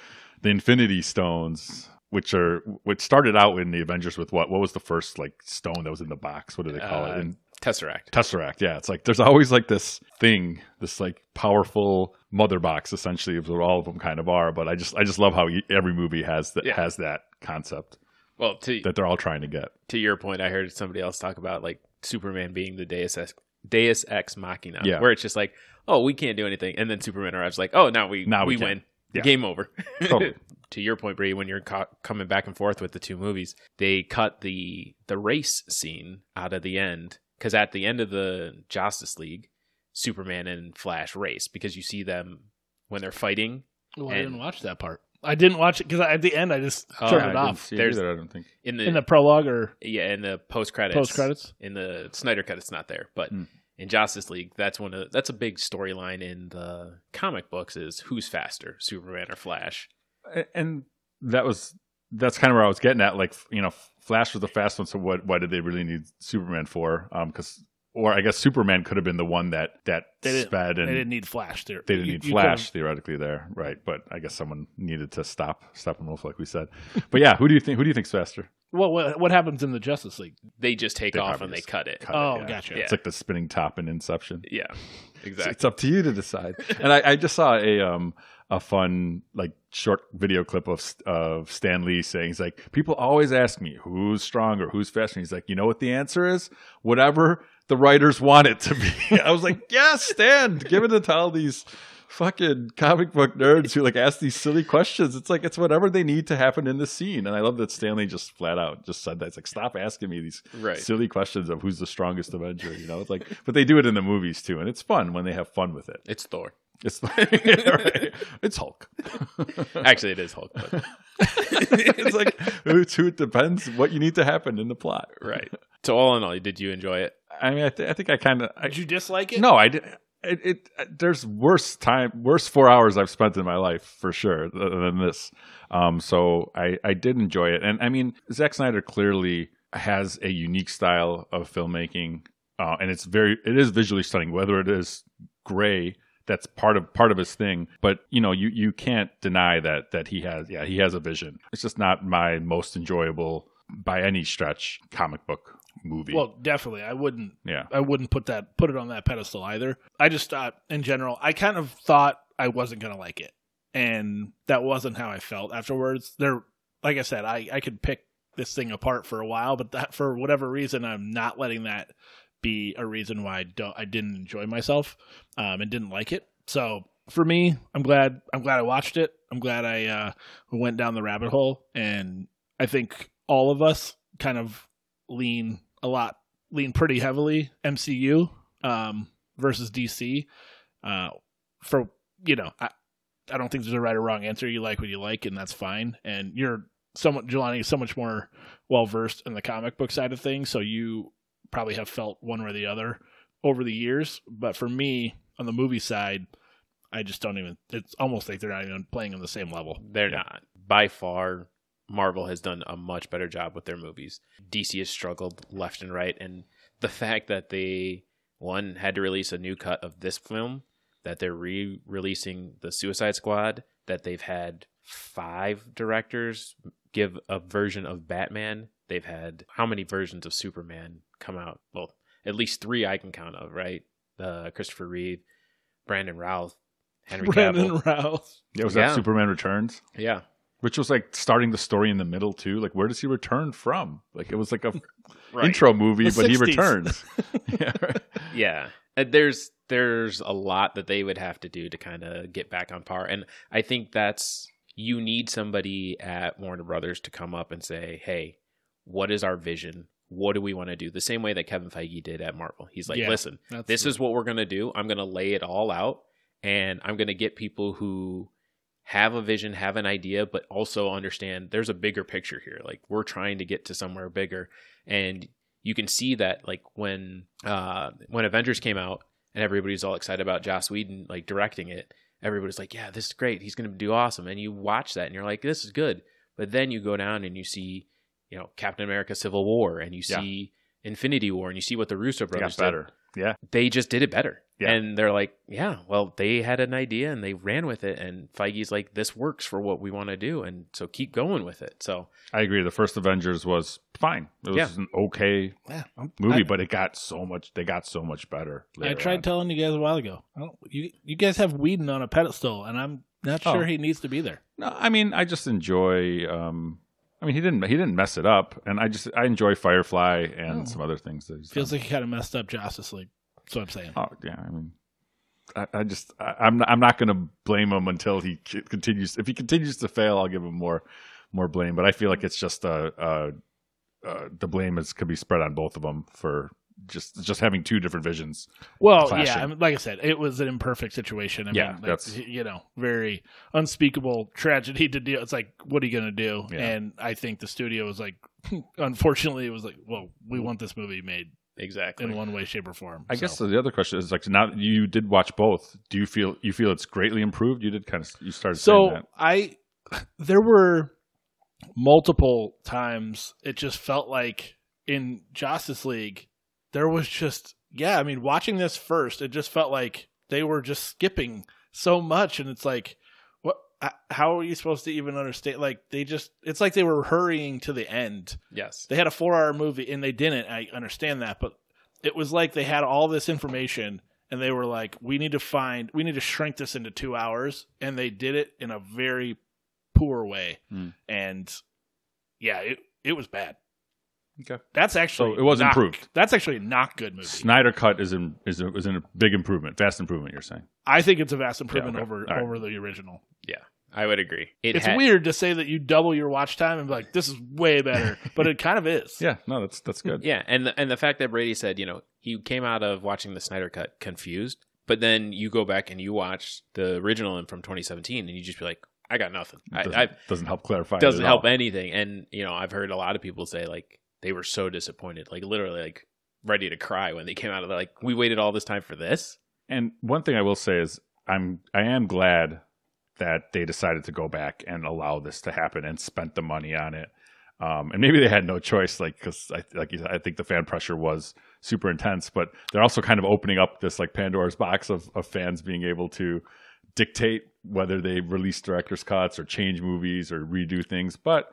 the Infinity Stones, which are which started out in the Avengers with what? What was the first like stone that was in the box? What do they call
Uh,
it? In
Tesseract.
Tesseract. Yeah, it's like there's always like this thing, this like powerful mother box, essentially, is what all of them kind of are. But I just I just love how e- every movie has that
Yeah.
has that concept
Well, to
that they're all trying to get.
to your point, I heard somebody else talk about like Superman being the Deus Ex, Deus Ex Machina,
Yeah.
where it's just like, oh, we can't do anything, and then Superman arrives like, oh, now we
Now
we,
we can.
win,
Yeah.
game over.
Totally.
to your point, Bree, when you're co- coming back and forth with the two movies, they cut the the race scene out of the end because at the end of the Justice League, Superman and Flash race because you see them when they're fighting.
Well, I
And-
didn't watch that part. I didn't watch it because at the end I just
Oh,
turned
I
it
didn't
off
it There's- either,
I don't think.
In the,
in the prologue or
yeah, in the post credits,
post credits.
in the Snyder cut it's not there, but
Hmm.
in Justice League that's one of that's a big storyline in the comic books is who's faster, Superman or Flash.
A- and that was that's kind of where I was getting at. Like you know, Flash was the fast one, so what? Why did they really need Superman for? Because or I guess Superman could have been the one that that
They didn't-
sped and
they didn't need Flash there.
they didn't
You-
need
you
Flash theoretically there, right? But I guess someone needed to stop Steppenwolf, like we said. But yeah, who do you think? Who do you think's faster?
could've- Well, what, what happens in the Justice League?
They just take
They
off
probably
and they
just
cut it.
Cut it,
Oh,
yeah.
gotcha.
Yeah.
It's like the spinning top in Inception.
Yeah,
It's-
exactly.
It's up to you to decide. And I, I just saw a um a fun like short video clip of of Stan Lee saying he's like people always ask me who's stronger, who's faster. And he's like, you know what the answer is? Whatever the writers want it to be. I was like, yes, Stan, give it to all these fucking comic book nerds who like ask these silly questions. It's like it's whatever they need to happen in the scene. And I love that Stanley just flat out just said that. It's like stop asking me these
Right.
silly questions of who's the strongest Avenger, you know? It's like, but they do it in the movies too, and it's fun when they have fun with it.
it's Thor.
It's Yeah, right. it's Hulk.
Actually, it is Hulk. But,
it's like it's who it depends what you need to happen in the plot.
right. So all in all, did you enjoy it?
I mean, I, th- I think I kind of I,
Did you dislike it?
no, I did. It, it there's worse time, worse four hours I've spent in my life for sure th- than this. Um, so I I did enjoy it, and I mean Zack Snyder clearly has a unique style of filmmaking, uh, and it's very it is visually stunning. Whether it is gray, that's part of part of his thing, but you know you you can't deny that that he has yeah he has a vision. It's just not my most enjoyable by any stretch comic book movie.
Well, definitely. I wouldn't
yeah.
I wouldn't put that put it on that pedestal either. I just thought in general, I kind of thought I wasn't gonna like it. And that wasn't how I felt afterwards. There like I said, I, I could pick this thing apart for a while, but that for whatever reason I'm not letting that be a reason why I don't I didn't enjoy myself um and didn't like it. So for me, I'm glad I'm glad I watched it. I'm glad I uh went down the rabbit hole and I think all of us kind of lean a lot lean pretty heavily MCU um, versus DC. Uh, for you know, I, I don't think there's a right or wrong answer. You like what you like, and that's fine. And you're somewhat Jelani is so much more well versed in the comic book side of things, so you probably have felt one way or the other over the years. But for me, on the movie side, I just don't even. It's almost like they're not even playing on the same level.
They're not. By far, Marvel has done a much better job with their movies. DC has struggled left and right, and the fact that they one had to release a new cut of this film, that they're re-releasing the Suicide Squad, that they've had five directors give a version of Batman. They've had how many versions of Superman come out? Well, at least three I can count of, right? Uh, Christopher Reeve, Brandon Routh, Henry
Brandon
Cavill.
Rouse.
Yeah, was
Yeah.
that Superman Returns?
Yeah,
Which was like starting the story in the middle too. Like, where does he return from? Like, it was like a
right.
intro movie,
The
but he
60s.
returns. yeah, right.
yeah Uh, there's there's a lot that they would have to do to kind of get back on par and i think that's you need somebody at warner brothers to come up and say hey what is our vision what do we want to do the same way that kevin feige did at marvel he's like
Yeah.
listen
That's
this is what we're going to do i'm going to lay it all out and i'm going to get people who have a vision have an idea but also understand there's a bigger picture here like we're trying to get to somewhere bigger and you can see that like when uh when avengers came out and everybody's all excited about joss whedon like directing it everybody's like yeah this is great he's going to do awesome and you watch that and you're like this is good but then you go down and you see you know captain america civil war and you
Yeah.
see infinity war and you see what the russo
It
brothers
got
did
better. Yeah,
they just did it better.
Yeah.
And they're like, yeah, well, they had an idea and they ran with it. And Feige's like, this works for what we want to do. And so keep going with it. So,
I agree. The first Avengers was fine. It was
Yeah.
an okay
yeah, I'm-
movie,
I-
but it got so much. They got so much better.
I
later
tried
on.
telling you guys a while ago. I don't, you you guys have Whedon on a pedestal, and I'm not
Oh.
sure he needs to be there.
No, I mean, I just enjoy. Um, I mean, he didn't. He didn't mess it up, and I just I enjoy Firefly and
Oh.
some other things. That he's
Feels
done.
like he kind of messed up Justice League. That's what I'm saying.
Oh yeah, I mean, I, I just I, I'm not, I'm not going to blame him until he c- continues. If he continues to fail, I'll give him more more blame. But I feel like it's just uh, uh, uh the blame is could be spread on both of them for just just having two different visions.
Well,
clashing.
yeah, I mean, like I said, it was an imperfect situation. I
Yeah,
mean, like,
that's-
you know, very unspeakable tragedy to deal. It's like, what are you gonna do?
Yeah.
And I think the studio was like, unfortunately, it was like, well, we want this movie made
exactly.
in one way, shape, or form.
I
So,
guess the other question is like now that you did watch both. Do you feel you feel it's greatly improved? You did kind of you started saying
So
that.
I, there were multiple times it just felt like in Justice League there was just yeah. I mean, watching this first, it just felt like they were just skipping so much, and it's like what? h- How are you supposed to even understand? Like they just, it's like they were hurrying to the end.
Yes.
They had a four-hour movie and they didn't. I understand that, but it was like they had all this information and they were like, "We need to find, we need to shrink this into two hours," and they did it in a very poor way.
Hmm.
And yeah, it it was bad.
Okay.
that's actually
So it was
not-
improved.
That's actually a not good movie.
Snyder cut is in is a, is in a big improvement, vast improvement. You're saying
I think it's a vast improvement
okay.
over
All right.
over the original.
I would agree. It
it's
had-
weird to say that you double your watch time and be like, "This is way better," but it kind of is.
yeah, no, that's that's good.
Yeah. And, the- and the fact that Brady said, you know, he came out of watching the Snyder Cut confused. But then you go back and you watch the original one from 2017 and you just be like, I got nothing.
doesn't,
I, I,
doesn't help clarify. it
doesn't
at
help
all.
anything. And you know, I've heard a lot of people say like they were so disappointed, like literally like ready to cry when they came out of there. Like we waited all this time for this.
And one thing I will say is I'm I am glad that they decided to go back and allow this to happen and spent the money on it. Um, and maybe they had no choice, like because I, like you said, I think the fan pressure was super intense. But they're also kind of opening up this like Pandora's box of, of fans being able to dictate whether they release director's cuts or change movies or redo things. But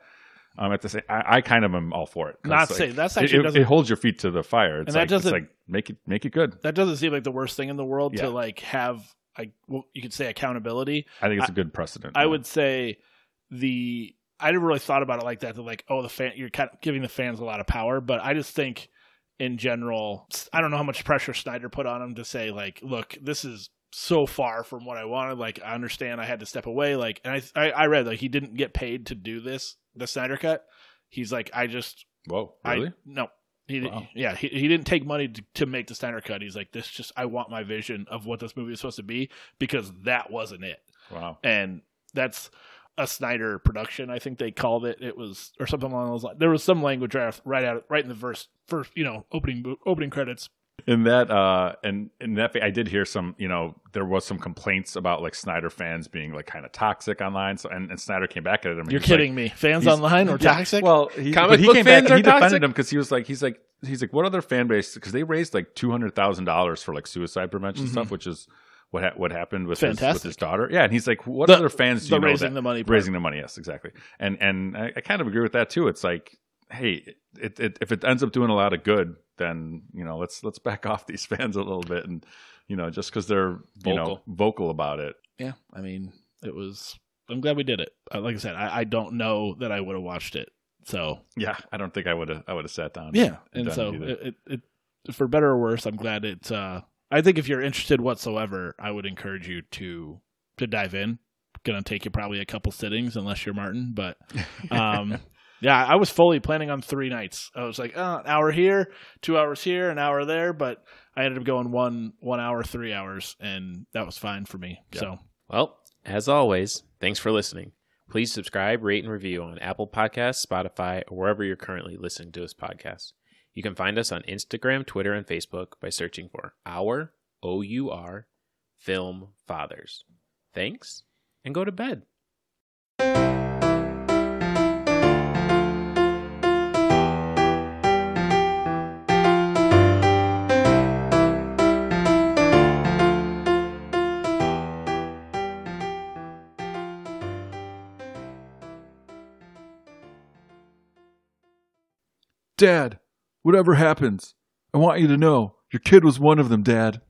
um, at the same, I, I kind of am all for it. 'cause,
Not
like,
say that's
it,
actually
it,
doesn't
it holds your feet to the fire. It's
that
like, it's
doesn't-
like make it make it good.
that doesn't seem like the worst thing in the world
Yeah.
to like have like well, you could say accountability.
I think it's a good precedent.
I
Yeah.
would say the I never really thought about it like that. That like oh the fan you're kind of giving the fans a lot of power, but I just think in general I don't know how much pressure Snyder put on him to say like look this is so far from what I wanted. Like I understand I had to step away. Like and I I, I read like he didn't get paid to do this the Snyder cut. He's like I just
Whoa,
I, no. He,
Wow.
Yeah, he, he didn't take money to, to make the Steiner cut. He's like, this just, I want my vision of what this movie is supposed to be because that wasn't it.
wow.
And that's a Snyder production, I think they called it. It was, or something along those lines. There was some language right, off- right out, right in the verse, first, you know, opening bo- opening credits.
In that, uh, and in that, I did hear some. You know, there was some complaints about like Snyder fans being like kind of toxic online. So, and, and Snyder came back at him. and
You're
he was like-
kidding me. Fans
he's-
online were
Yeah,
toxic?
Well, he,
Comic
but he
book
came
fans
back. and
are
He defended
toxic?
him because he was like, he's like, he's like, what other fan base? Because they raised like two hundred thousand dollars for like suicide prevention
Mhm.
stuff, which is what ha- what happened with his, with
Fantastic.
his daughter. Yeah, and he's like, what
The-
other fans do
the
you know
raising
that-
the money part.
raising the money? Yes, exactly. And and I, I kind of agree with that too. It's like, hey, it, it, if it ends up doing a lot of good, then you know let's let's back off these fans a little bit, and you know just because they're you know
Vocal.
vocal about it.
yeah, I mean, it was. I'm glad we did it. Uh, Like I said, I, I don't know that I would have watched it. So
Yeah, I don't think I would have I would have sat down.
yeah, and
done
so
either.
it, it, it, for better or worse, I'm glad it. Uh, I think if you're interested whatsoever, I would encourage you to to dive in. Gonna take you probably a couple sittings, unless you're Martin, but um yeah i was fully planning on three nights i was like uh, an hour here two hours here an hour there but i ended up going one one hour three hours and that was fine for me
Yeah.
so
Well, as always, thanks for listening. Please subscribe, rate, and review on Apple Podcasts, Spotify, or wherever you're currently listening to this podcast. You can find us on Instagram, Twitter, and Facebook by searching for Our O U R Film Fathers. Thanks, and go to bed.
Dad, whatever happens, I want you to know your kid was one of them, Dad.